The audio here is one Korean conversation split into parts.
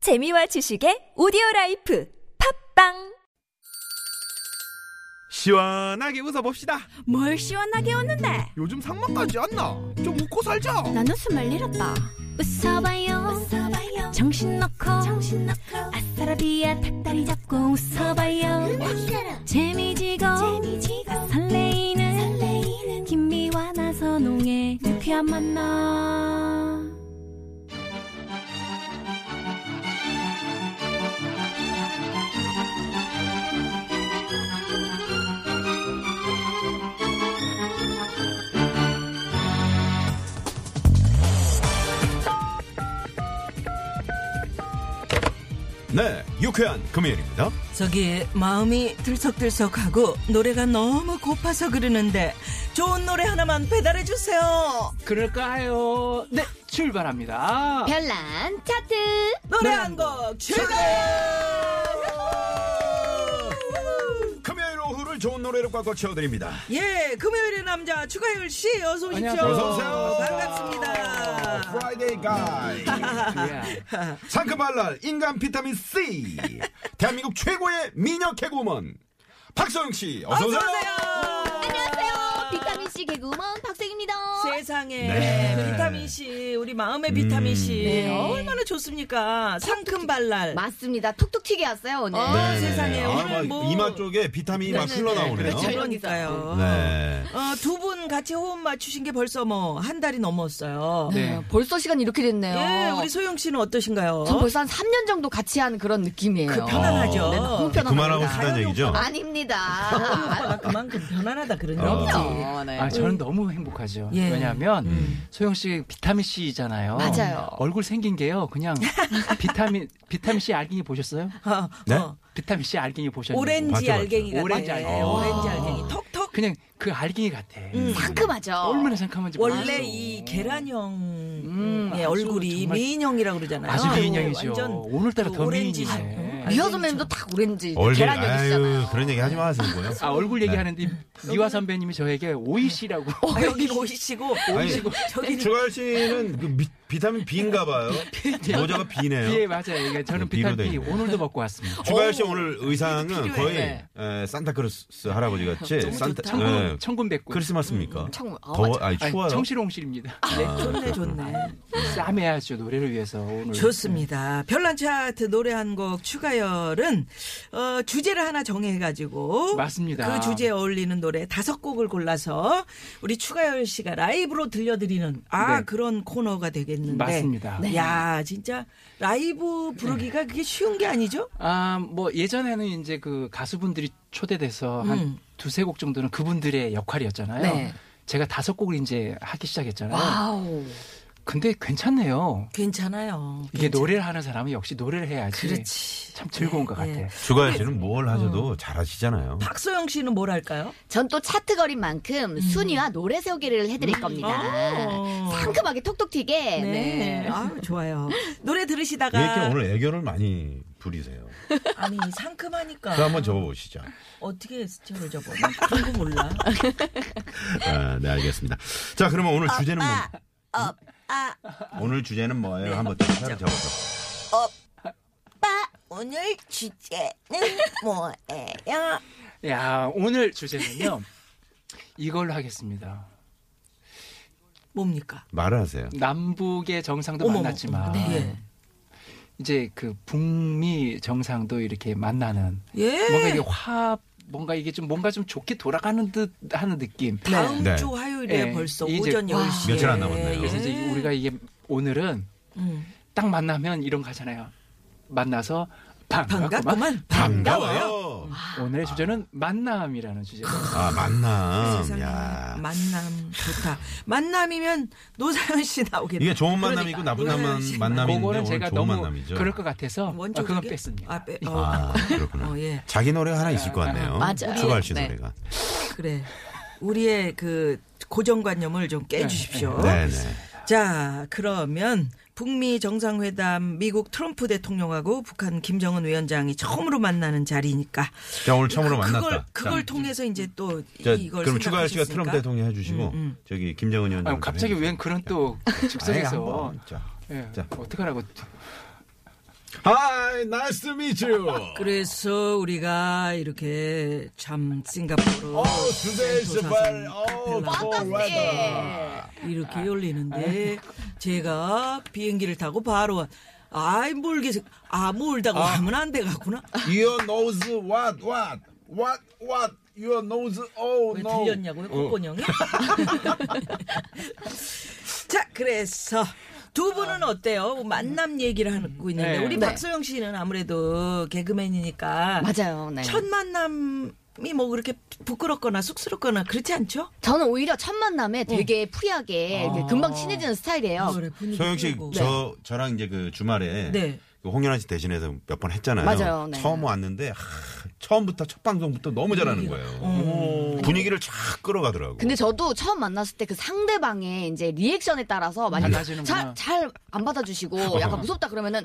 재미와 지식의 오디오 라이프 팝빵 시원하게 웃어봅시다. 뭘 시원하게 웃는데 요즘 상만까지 안 나. 좀 웃고 살자. 난 웃음을 잃었다 웃어봐요, 웃어봐요. 정신 놓고 정신 놓고 아싸라비아 닭다리 잡고 웃어봐요 재미지고 재미지고 설레이는 설레이는 김미와 나선홍의 유쾌한 만남 네, 유쾌한 금요일입니다. 저기 마음이 들썩들썩하고 노래가 너무 고파서 그러는데 좋은 노래 하나만 배달해 주세요. 그럴까요? 네, 출발합니다. 별난 차트 노래 네. 한 곡 출발! 금요일 오후를 좋은 노래로 꽉꽉 채워드립니다. 예, 금요일의 남자 추가열 씨 어서 오십시오. 안녕하세요. 어서 오세요. 반갑습니다. 프라이데이 가이. 예. 상큼한 날 인간 비타민 C. 대한민국 최고의 미녀 개그우먼 박소영 씨 어서 오세요. 안녕하세요 비타민 C 개그우먼 박생입니다 세상에 네. 비타민 C 우리 마음의 비타민 C 네. 얼마나 좋습니까? 상큼발랄. 맞습니다 톡톡 튀게 왔어요 오늘 어, 네, 네, 네. 세상에, 아, 오늘 막 뭐- 이마 쪽에 비타민이 막 네, 네, 흘러나오네요. 그렇죠. 그러니까요. 네. 어, 두 분 같이 호흡 맞추신 게 벌써 뭐 한 달이 넘었어요. 네. 어. 벌써 시간이 이렇게 됐네요 예, 우리 소영 씨는 어떠신가요? 전 벌써 한 3년 정도 같이 한 그런 느낌이에요 어. 그 편안하죠. 네, 너무 편안합니다 그만하고 싶다는 가연이 얘기죠. 아닙니다 오빠가 그만큼 편안하다 그런 어. 얘기지. 어, 네. 아, 저는 너무 행복하죠. 예. 왜냐하면 음. 소영 씨 비타민 C잖아요. 맞아요. 얼굴 생긴 게요. 그냥 비타민 비타민 C 알갱이 보셨어요? 어, 네? 어. 비타민 C 알갱이 보셨나요? 오렌지 맞죠, 맞죠. 알갱이 같아. 오렌지 알갱이. 오렌지 알갱이. 어. 턱턱. 그냥 그 알갱이 같아. 상큼하죠 얼마나 상큼한지 음. 원래 몰라요. 이 계란형 음, 예, 아주 얼굴이 정말 미인형이라고 그러잖아요. 아주 미인형이죠. 완전 오늘따라 그 더 오렌지. 어? 미인이네. 미화 선배님도 다 오렌지 얼굴- 아유 계란역이잖아요 그런 얘기 하지 마세요. 아, 얼굴 네. 얘기하는데 미화 선배님이 저에게 오이 씨라고. 아, 여기 오이시고 오이시고 저기 주가열 씨는 그 미- 비타민 B인가 봐요. 모자가 B네요. 예, 맞아요. 이게 저는 네, B로 비타민 돼 B 있네. 오늘도 먹고 어, 왔습니다. 주가열 씨 오늘 의상은 필요해. 거의 네. 에, 산타크로스 할아버지 같이 산타 천군, 예. 천군백군. 크리스마스입니까? 청문 아, 더워, 맞아. 아니 아니, 추워요. 청실홍실입니다. 아, 좋네 좋네. 쌈해야죠 노래를 위해서 오늘. 좋습니다. 별난 차트 노래 한 곡 추가열은 어, 주제를 하나 정해가지고 맞습니다. 그 주제에 어울리는 노래 다섯 곡을 골라서 우리 추가열 씨가 라이브로 들려드리는 아 네. 그런 코너가 되겠는데 네. 맞습니다. 야 진짜 라이브 부르기가 그게 쉬운 게 아니죠? 아, 뭐 예전에는 이제 그 가수분들이 초대돼서 음. 한 두세 곡 정도는 그분들의 역할이었잖아요. 네. 제가 다섯 곡을 이제 하기 시작했잖아요. 와우 근데 괜찮네요. 괜찮아요. 이게 노래를 네. 하는 사람은 역시 노래를 해야지. 그렇지. 참 즐거운 것 같아. 예. 요 주가열 씨는 뭘 하셔도 잘하시잖아요. 박소영 씨는 뭘 할까요? 전 또 차트 거린 만큼 순위와 노래 세우기를 해드릴 겁니다 어. 상큼하게 톡톡 튀게 아, 네. 음. 네. 아 좋아요. 노래 왜 이렇게 들으시다가 오늘 애교를 많이 부리세요? 아니 상큼하니까 그 한번 접어보시죠. 어떻게 스쳐를 접어? 난 그런 거 몰라. 아, 네 알겠습니다. 자 그러면 오늘 주제는 아, 뭐? 업, 아, 오늘 주제는 뭐예요? 한번 접어서. 빠. 오늘 주제는 뭐예요? 야, 오늘 주제는요. 이걸로 하겠습니다. 뭡니까? 말을 하세요. 남북의 정상도 어머머. 만났지만 네. 이제 그 북미 정상도 이렇게 만나는 예. 네. 뭔가 이게 화합 뭔가 이게 좀 뭔가 좀 좋게 돌아가는 듯 하는 느낌. 다음 네. 주 화요일에 네. 벌써 이제 오전 10시에. 며칠 안 남았네요. 그래서 이제 우리가 이게 오늘은 음. 딱 만나면 이런 거잖아요. 만나서 반갑구만. 반갑구만. 반가워요. 아. 오늘의 주제는 만남이라는 주제. 아 만남. 그 세상에. 야 만남 좋다. 만남이면 노사연 씨 나오겠다. 이게 좋은 그러니까 만남이 있고 나쁜 노사연 만남 씨 만남인데 오늘 그거는 좋은 제가 너무 만남이죠. 그럴 것 같아서 아, 원조적인- 그건 뺐습니다. 아, 빼, 어, 아 그렇구나. 어, 예. 자기 노래 하나 있을 것 같네요. 맞아요. 주가열 씨 네. 노래가. 그래. 우리의 그 고정관념을 좀 깨주십시오. 네네. 자, 그러면 북미 정상회담 미국 트럼프 대통령하고 북한 김정은 위원장이 처음으로 만나는 자리니까 자 오늘 처음으로 그- 만났다. 그걸 그걸 자, 통해서 이제 또 자, 이걸 그럼 추가할 씨가 생각하셨으니까. 음, 트럼프 대통령 해주시고 저기 김정은 위원장. 아, 갑자기 웬 그런 또 아예 즉석에서 한번, 자, 예, 자. 어떡하라고 Hi, nice to meet you. 그래서 우리가 이렇게 참 싱가포르 어, today is very, oh, 텔라 아, cold weather. 이렇게 아. 열리는데 제가 비행기를 타고 바로 아이 몰게 아 몰다고 하면 안 되겠구나 Your nose, what, what, what, what, your nose, oh, 왜 no. 들렸냐고요 꽃본 형이 자 그래서 두 분은 어때요 뭐 만남 얘기를 하고 있는데 네. 우리 네. 박소영 씨는 아무래도 개그맨이니까 맞아요. 네. 첫 만남이 뭐 그렇게 부끄럽거나 쑥스럽거나 그렇지 않죠? 저는 오히려 첫 만남에 되게 프리하게 이렇게 금방 친해지는 아, 스타일이에요. 소영 씨, 그리고- 저 저랑 이제 그 주말에 네. 그 홍연아 씨 대신해서 몇 번 했잖아요. 맞아요, 네. 처음 왔는데 하, 처음부터 첫 방송부터 너무 잘하는 음. 거예요. 음. 분위기를 쫙 끌어가더라고. 근데 저도 처음 만났을 때 그 상대방의 이제 리액션에 따라서 만약에 달라지는구나. 잘 안 받아주시고 약간 무섭다 그러면은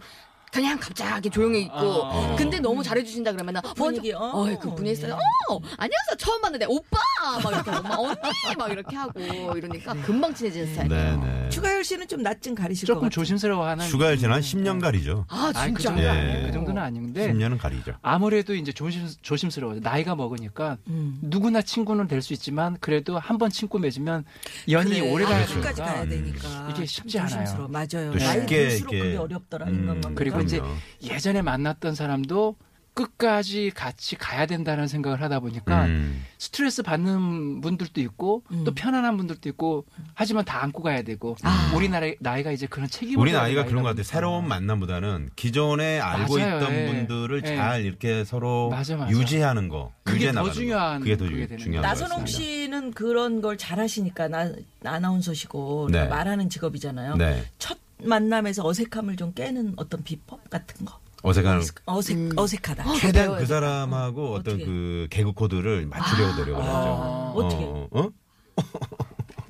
그냥 갑자기 조용히 있고 아, 근데 너무 잘해주신다 그러면은 분위기, 먼저 어. 어이 그 분위기 있어요 어 안녕하세요 처음 봤는데 오빠 막 이렇게 하고 막 언니 막 이렇게 하고 이러니까 네. 금방 친해지는 스타일이에요 네네. 추가열 씨는 좀 낯좀 가리실 것 조금 같아요. 네. 조심스러워하는. 추가할 지는 한 10년 가리죠. 아 아니, 그 진짜 정도는 예. 아니에요. 그 정도는 아닌데 10년은 가리죠. 아무래도 이제 조심 조심스러워요. 나이가 먹으니까 음. 누구나 친구는 될 수 있지만 그래도 한 번 친구 맺으면 연이 오래 가야 되니까. 네. 아, 끝까지 가야 되니까 이게 쉽지 참 않아요. 조심스러워. 맞아요. 또 나이 쉽게 들수록 이렇게- 그게 어렵더라 음, 인간관계. 그리고 이제 그럼요. 예전에 만났던 사람도 끝까지 같이 가야 된다는 생각을 하다 그러니까 보니까 음. 스트레스 받는 분들도 있고 음. 또 편안한 분들도 있고 하지만 다 안고 가야 되고 아. 우리나라 나이가 이제 그런 책임을 우리 져야 나이가 되는 그런 것 나이다 보니까. 같아요. 새로운 만남보다는 기존에 알고 맞아요. 있던 예. 분들을 예. 잘 이렇게 서로 맞아, 맞아. 유지하는 거. 그게 유지해 더 나가는 거. 중요한 아, 그게 더 그게 유- 되는 중요한 거. 나선홍 씨는 그런 걸 잘하시니까 나, 아나운서시고 네. 말하는 직업이잖아요. 네. 첫 만남에서 어색함을 좀 깨는 어떤 비법 같은 거. 어색한 어색 어색하다. 최대한 그 사람하고 어떤 어떻게? 아, 그 개그 코드를 맞추려고 노력을 하죠. 어떻게? 어, 어?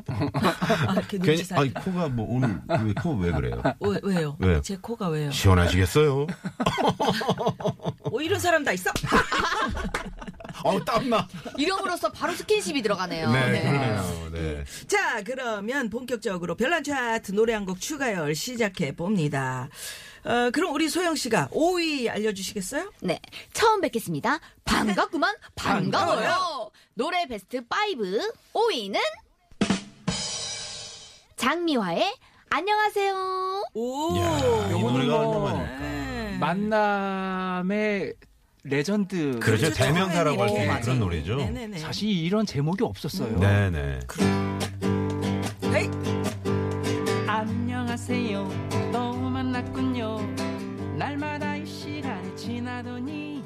아, 이렇게 괜히 눈치 살. 어, 아니 코가 뭐 오늘 코 왜 그래요? 왜, 왜요? 왜요? 제 코가 왜요? 시원하시겠어요? 오 이런 사람 다 있어. 어 땀나. 이름으로써 바로 스킨십이 들어가네요 네, 네. 그러네요. 네. 자, 그러면 본격적으로 별난 차트 노래 한 곡 추가열 시작해 봅니다. 어, 그럼 우리 소영 씨가 5위 알려주시겠어요? 네, 처음 뵙겠습니다. 반갑구만, 반가워요. 노래 베스트 5, 5위는 장미화의 안녕하세요. 예. 오, 야, 요거는 이 노래가 뭐- 얼마만일까? 네. 만남의 레전드 그렇죠. 대명사라고 할 수 있는 맞아요. 그런 노래죠. 네, 네네네. 사실 이런 제목이 없었어요. 네, 네. 헤이! 안녕하세요. 또 만났군요. 날마다 이 시간이 지나더니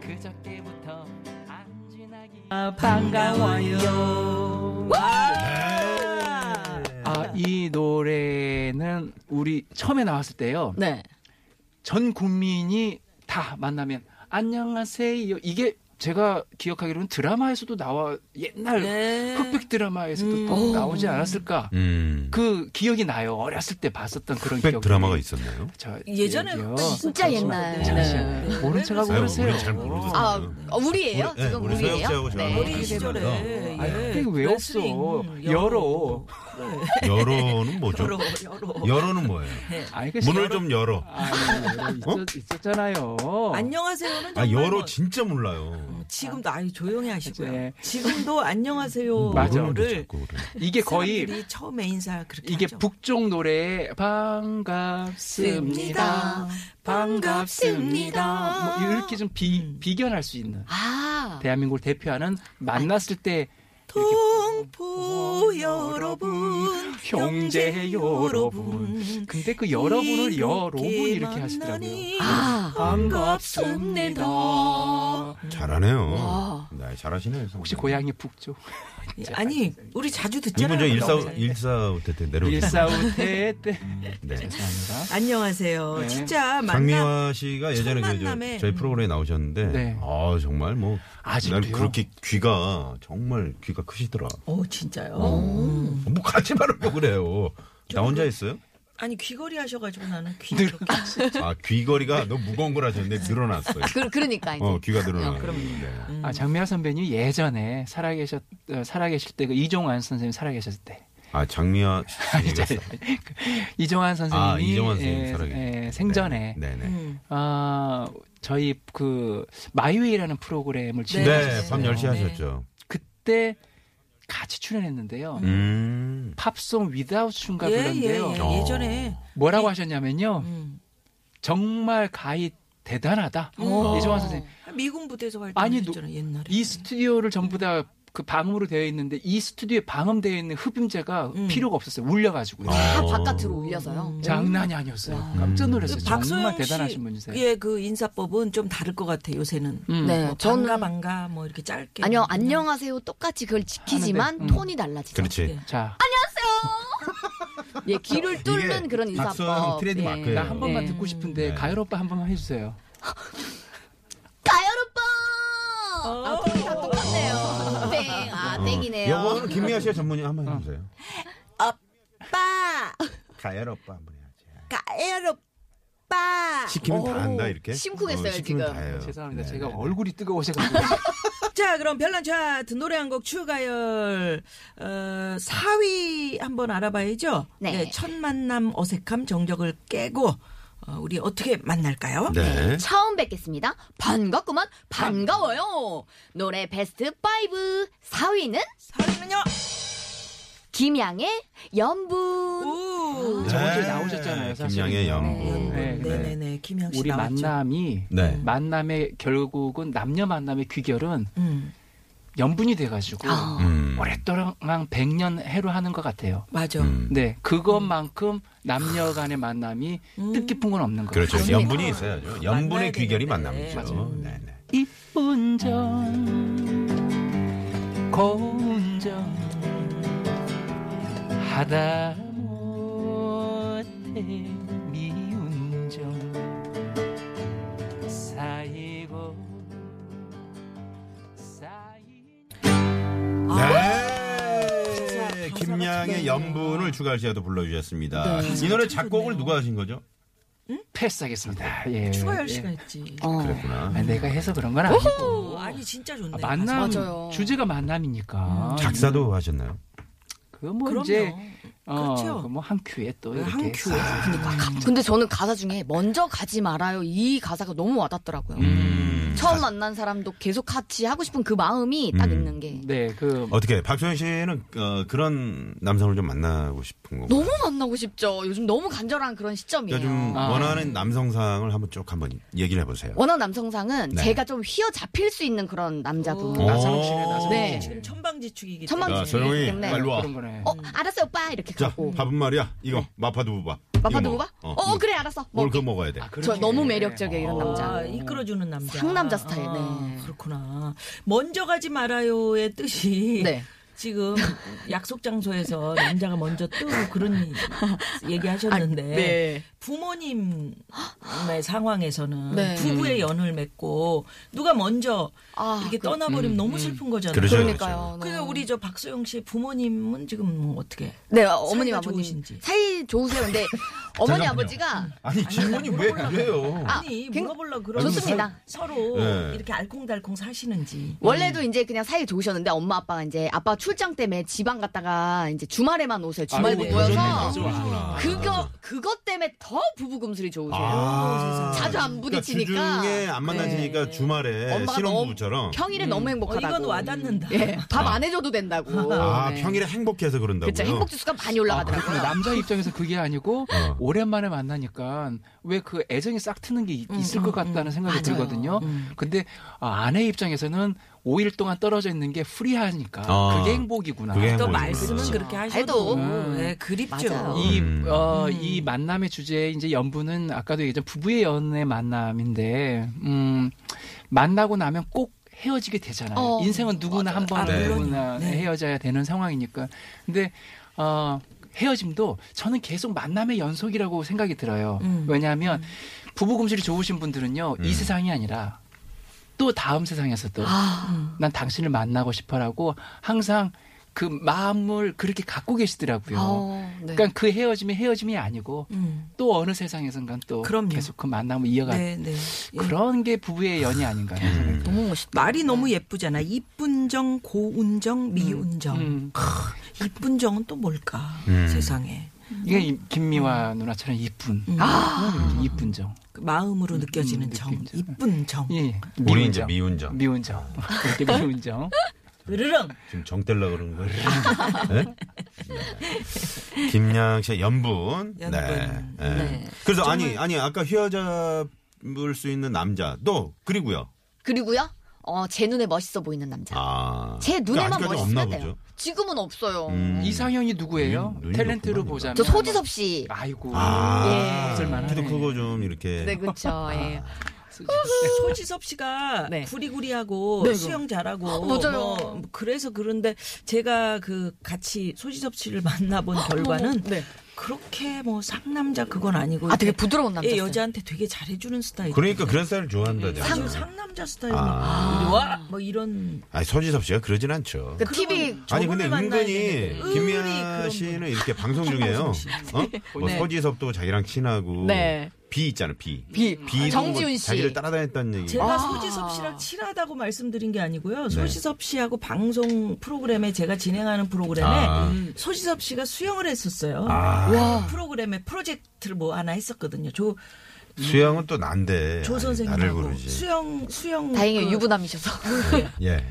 그저께부터 안 지나기 반가워요. 아, 이 노래는 우리 처음에 나왔을 때요. 네. 전 국민이 다 만나면 안녕하세요. 이게 제가 기억하기로는 드라마에서도 나와 옛날 네. 흑백 드라마에서도 또 음. 나오지 않았을까? 음. 그 기억이 나요. 어렸을 때 봤었던 그런 백 기억. 드라마가 있었나요? 저 예전에 얘기요. 진짜 옛날. 네. 잠시 모른 척하고 아유, 그러세요. 우리 잘 모르거든요. 아, 어, 우리예요? 우리, 네, 지금 우리 소영 우리예요? 씨하고 저하고 어린 시절에 네. 예. 아니, 그게 왜 없어? 레슬링, 네. 열어. 아, 여로는 뭐죠? 여러 여러. 여로는 뭐예요? 아니, 그 문을 여러- 좀 열어. 아니, 여러 있었, 있었잖아요. 안녕하세요는 아, 정말 여로 뭐 진짜 몰라요. 지금도 아유 조용히 하시고요. 네. 지금도 뭐 맞아. 안녕하세요를 이게 거의 사람들이 처음에 인사 그렇게 이게 하죠. 북쪽 노래 반갑습니다. 반갑습니다. 뭐 이렇게 좀 비, 비견할 수 있는 아, 대한민국을 대표하는 만났을 때 동포 여러분, 형제 여러분. 근데 그 여러분을 여러분 이렇게 하시더라고요. 아. 반갑습니다. 잘하네요. 네, 잘하시네요. 혹시 고향이 북쪽? 네. 아니, 우리 자주 이분 듣잖아요. 저 일사 방송에서. 일사 때때 내려오셨어요. 일사우태 때. 네. 죄송합니다. 안녕하세요. 네. 진짜 만나 장미화 씨가 예전에 첫 그 저, 만남에. 저희 프로그램에 나오셨는데 네. 아 정말 뭐 아직도요? 난 그렇게 귀가 정말 귀가 크시더라. 어, 진짜요? 뭐 같이 말하려고 그래요. 나 혼자 했어요? 아니, 귀걸이 하셔가지고 나는 귀 이렇게. 아 귀걸이가 너무 무거운 걸 하셨는데 늘어났어요. 그, 그러니까 이제. 어 귀가 네. 늘어나. 음. 아, 장미화 선배님 예전에 살아계셨 어, 살아계실 때 그 이종환 선생님 살아계셨을 때 아 장미화 선생님이었어요. 네. 이종환 선생님이 아, 이종환 선생님 예, 살아계신- 예, 생전에 네네. 음. 아, 저희 그 마이웨이라는 프로그램을 네, 진행하셨어요. 밤 10시 네. 하셨죠. 그때 같이 출연했는데요. 음. 팝송 위다우 춘가 예, 예, 불렀는데요. 어. 예. 예전에. 뭐라고 하셨냐면요. 음. 정말 가히 대단하다. 음, 어. 이종환 선생님. 미군 부대에서 아니, 노- 활동했잖아 옛날에. 이 스튜디오를 전부 다 그 방음으로 되어 있는데 이 스튜디오에 방음되어 있는 흡음재가 음. 필요가 없었어요. 울려가지고요. 다 어. 바깥으로 음. 울려서요. 장난이 아니었어요. 깜짝 놀랐어요. 정말 대단하신 분이세요. 그 예, 그 인사법은 좀 다를 것 같아 요새는. 음. 네, 뭐 저는 반가 반가 뭐 이렇게 짧게. 아니요 안녕하세요 똑같이 그걸 지키지만 하는데, 음. 톤이 달라지죠. 그렇지. 자, 예, 귀를 뚫는 그런 인사법. 박소영 트레이드 예. 마크예요. 나 한 번만 네. 듣고 싶은데 네. 가열 오빠 한 번만 해주세요. 가열 오빠. 아, 톤이 다 어. 똑같네요. 땡, 아 땡이네요. 어. 영어는 김미아 씨가 전문이 한번 해주세요. 빠 가열 오빠 한번 해야지. 가엘 오빠. 시키면 다 아, 오, 한다 이렇게. 심쿵했어요, 시키면 지금. 다 해요. 죄송합니다. 네, 제가 네, 네. 얼굴이 뜨거우셔가지고. 자, 그럼 별난 차트 노래 한 곡 추가열 어, 4위 한번 알아봐야죠. 예, 네. 첫 만남 어색함 정적을 깨고 어, 우리 어떻게 만날까요? 네. 처음 뵙겠습니다. 반갑구만 반가워요. 노래 베스트 5 4위는 4위는요. 김양의 연분. 오. 저번주에 네. 나오셨잖아요. 사실. 김양의 네. 연분. 네. 네네네. 김양 씨 우리 나왔죠. 만남이 네. 만남의 결국은 남녀 만남의 귀결은 음, 연분이 돼가지고 아. 음. 오랫동안 백년 해로 하는 것 같아요. 맞아. 음. 네, 그것만큼 아. 남녀 간의 만남이 음. 뜻깊은 건 없는 거죠. 그렇죠. 연분이 있어야죠. 만나야 연분의 귀결이 되는데. 만남이죠. 맞아요. 네, 네. 이쁜 점 고운 점 하다 못해 미운 점 쌓이고 쌓이고 아, 네. 김양의 가사가 연분을 추가할 씨가 또 불러주셨습니다. 네. 이 노래 작곡을 누가 하신 거죠? 패스하겠습니다. 네, 예. 추가열 예. 씨가 했지. 어. 그랬구나. 아, 내가 해서 그런 건 아니고 오, 아니 진짜 좋네. 아, 만남 맞아요. 주제가 만남이니까 작사도 하셨나요? 그뭐 그럼요. 이제 어, 그렇죠. 뭐한 큐에 또 이렇게 한 큐에. 해서. 아. 근데 저는 가사 중에 먼저 가지 말아요 이 가사가 너무 와닿더라고요. 처음 만난 사람도 계속 같이 하고 싶은 그 마음이 딱 음. 있는 게 네, 그 어떻게 박소영 씨는 어, 그런 남성을 좀 만나고 싶은 거고 너무 만나고 싶죠. 요즘 너무 간절한 그런 시점이에요. 요즘 아. 원하는 남성상을 한번 쭉 한번 얘기를 해보세요. 원한 남성상은 네. 제가 좀 휘어잡힐 수 있는 그런 남자분. 오. 나선홍 씨네 나선홍 네. 씨. 지금 천방지축이기 천방지축. 때문에. 자, 소영이 네. 빨리 와. 그런 거네. 어, 알았어요, 오빠. 이렇게 자, 가고. 밥은 말이야. 이거 마파두부밥. 마파두부 봐? 어, 어, 그래, 알았어. 뭘 그거 먹을게. 아, 먹어야 돼. 저 아, 그렇게. 너무 매력적이에요, 이런 아, 남자. 이끌어주는 남자. 아, 상남자 스타일, 네. 그렇구나. 먼저 가지 말아요의 뜻이 네. 지금 약속 장소에서 남자가 먼저 뜨고 그런 얘기 하셨는데 아, 네. 부모님의 상황에서는 네. 부부의 음. 연을 맺고 누가 먼저 아, 이렇게 떠나버리면 너무 슬픈 거잖아요. 음, 그러죠. 그러니까요. 네. 그러니까 너무. 우리 저 박소영 씨 부모님은 지금 뭐 어떻게? 네, 어머님, 사이가 아버님. 좋으신지. 사이 좋으세요. 근데 어머니, 잠깐만요. 아버지가 아니 질문이 왜 그래요? 아니 굉- 물어보려 그러면 좋습니다. 서로 네. 이렇게 알콩달콩 사시는지. 원래도 이제 그냥 사이 좋으셨는데 엄마 아빠가 이제 아빠 출장 때문에 지방 갔다가 이제 주말에만 오세요. 주말에 어. 아이고, 모여서 그러셨네, 그러셨구나. 그거 그것 때문에 더 부부금슬이 좋으세요. 아, 자주 안 부딪히니까. 네. 주중에 안 만나시니까 주말에 엄마가 네, 신혼부부처럼. 너무 평일에 너무 어, 행복하다고. 이건 와닿는다. 예, 밥 안 해줘도 된다고. 아, 네. 평일에 행복해서 그런다고요? 아, 그쵸, 행복 지수가 많이 근데 올라가더라고요. 남자 입장에서 그게 아니고 어. 오랜만에 만나니까 왜 그 애정이 싹 트는 게 이- 음, 있을 것 같다는 생각이 들거든요. 근데 아, 아내 입장에서는 5일 동안 떨어져 있는 게 프리하니까 아. 그게 예, 뭐 행복이구나. 그게 또 행복이구나. 네. 말씀은 그렇게 하셔도 해도. 예, 그립죠. 맞아요. 이, 음. 어, 이 만남의 주제, 이제 연분은 아까도 얘기했죠. 부부의 연애 만남인데, 음, 만나고 나면 꼭 헤어지게 되잖아요. 어, 인생은 누구나 한 번, 아, 네. 누구나 네. 헤어져야 되는 상황이니까. 근데, 어, 헤어짐도 저는 계속 만남의 연속이라고 생각이 들어요. 음. 왜냐하면 부부 금실이 좋으신 분들은요, 이 세상이 아니라 아. 아, 또 다음 세상에서 또 난 당신을 만나고 싶어라고 항상 그 마음을 그렇게 갖고 계시더라고요. 어, 네. 그러니까 그 헤어짐이 헤어짐이 아니고 음. 또 어느 세상에선간 또 그럼요. 계속 그 만남을 이어가 네, 네. 예. 그런 게 부부의 연이 아닌가 하는 음. 생각이 들어요. 너무 멋있다. 말이 너무 네. 예쁘잖아. 이쁜정, 고운정, 미운정. 음. 크, 이쁜정은 또 뭘까? 세상에. 이게 이- 김미화 누나처럼 이쁜 아! 음, 이쁜 정 그 마음으로 느껴지는 정. 느낌이죠. 이쁜 정. 아! 예. 우리 이제 미운정. 음. 미운 정 그렇게 미운 정 으르렁. 지금 정 뗄라 그러는 거예요. 네. 김양 씨의 연분. 연분. 네. 네. 그래서 아니 아니 아까 휘어잡을 수 있는 남자 또 그리고요. 그리고요, 어, 제 눈에 멋있어 보이는 남자. 아. 제 눈에만 아직까지 없나 멋있으면 돼요. 보죠. 지금은 없어요. 음. 이상형이 누구예요? 눈이- 눈이 탤런트로 높구나. 보자면 저 소지섭 씨. 아이고 아. 예. 쓸만하네. 그래도 그거 좀 이렇게 네, 그쵸. 예. 소지섭 씨가 네. 구리구리하고 네, 수영 잘하고 맞아요. 뭐 그래서 그런데 제가 그 같이 소지섭 씨를 만나본 결과는 네. 그렇게 뭐 상남자 그건 아니고 아, 되게 이렇게 부드러운 남자. 예, 여자한테 되게 잘해주는 스타일. 그러니까 그런 스타일을 네. 좋아한다. 상, 내가. 상남자 스타일. 아. 아. 와! 뭐 이런. 아니 소지섭 씨가 그러진 않죠. 그 TV 아니 근데 저분을 만나야 은근히 되는데. 은근히 김미아 그런 씨는 이렇게 방송 중에요. 어? 뭐 네. 서지섭도 자기랑 친하고 네. 비 있잖아 비. 비. 비도 정지훈 뭐 씨. 자기를 따라다녔다는 얘기. 제가 네. 아. 소지섭 씨랑 친하다고 말씀드린 게 네. 아니고요. 소지섭 씨하고 방송 프로그램에 제가 진행하는 프로그램에 아. 소지섭 씨가 수영을 했었어요. 그 프로그램에 프로젝트를 뭐 하나 했었거든요. 조, 수영은 또 난데. 조 네, 아니, 나를 선생님하고 부르지. 수영 수영 다행히 그 유부남이셔서. 예.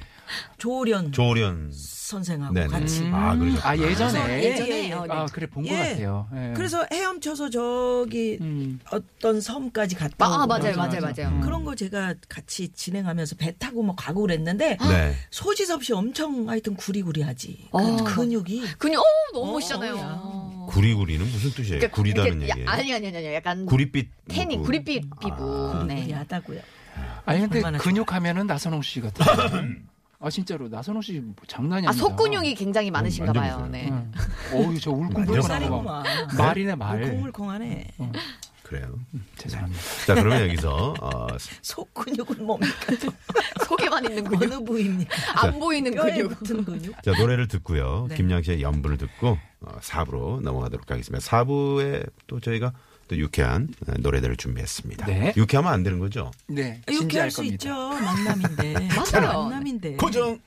조련 조련. 선생하고 네네. 같이 음. 아, 그러셨구나. 아 예전에 예전에. 어, 네. 아 그래 본 것 예. 같아요. 예. 그래서 헤엄쳐서 저기 음. 어떤 섬까지 갔다 아, 오고 맞아요, 그러잖아요. 음. 맞아요, 맞아요. 그런 거 제가 같이 진행하면서 배 타고 뭐 가고 그랬는데 아. 네. 소지섭 씨 엄청 하여튼 구리구리하지. 그 어. 근육이 그냥, 어, 너무 어, 멋있잖아요. 야. 구리구리는 무슨 뜻이에요? 그러니까 네, 구리다는 이렇게 야- 얘기예요. 아니, 아니, 아니, 아니. 약간. 구릿빛. 태닝, 뭐, 구릿빛 피부. 네. 구리구리하다고요. 아니 근데 얼마나 근육하면은 나선홍 씨 같아요. 아 진짜로 나선홍 씨 장난이 아, 아니다. 속근육이 어, 굉장히 많으신가 봐요. 네. 응. 어우 저 울퉁불퉁한 거 봐. 물살이구만. 뭐 말이네 어. 말. 물컹물컹하네. 그래요. 죄송합니다. 자 그러면 여기서 어, 속 근육은 뭡니까? 속에만 있는 근육. 어느 부위입니까? 안 보이는 뼈에 근육. 붙은 근육. 자 노래를 듣고요. 네. 김양 씨의 연분을 듣고 어, 4부로 넘어가도록 하겠습니다. 4부에 또 저희가 또 유쾌한 어, 노래들을 준비했습니다. 네. 유쾌하면 안 되는 거죠? 네. 이렇게 진지할 할 수 겁니다. 있죠. 만남인데. 맞아요. 만남인데. 고정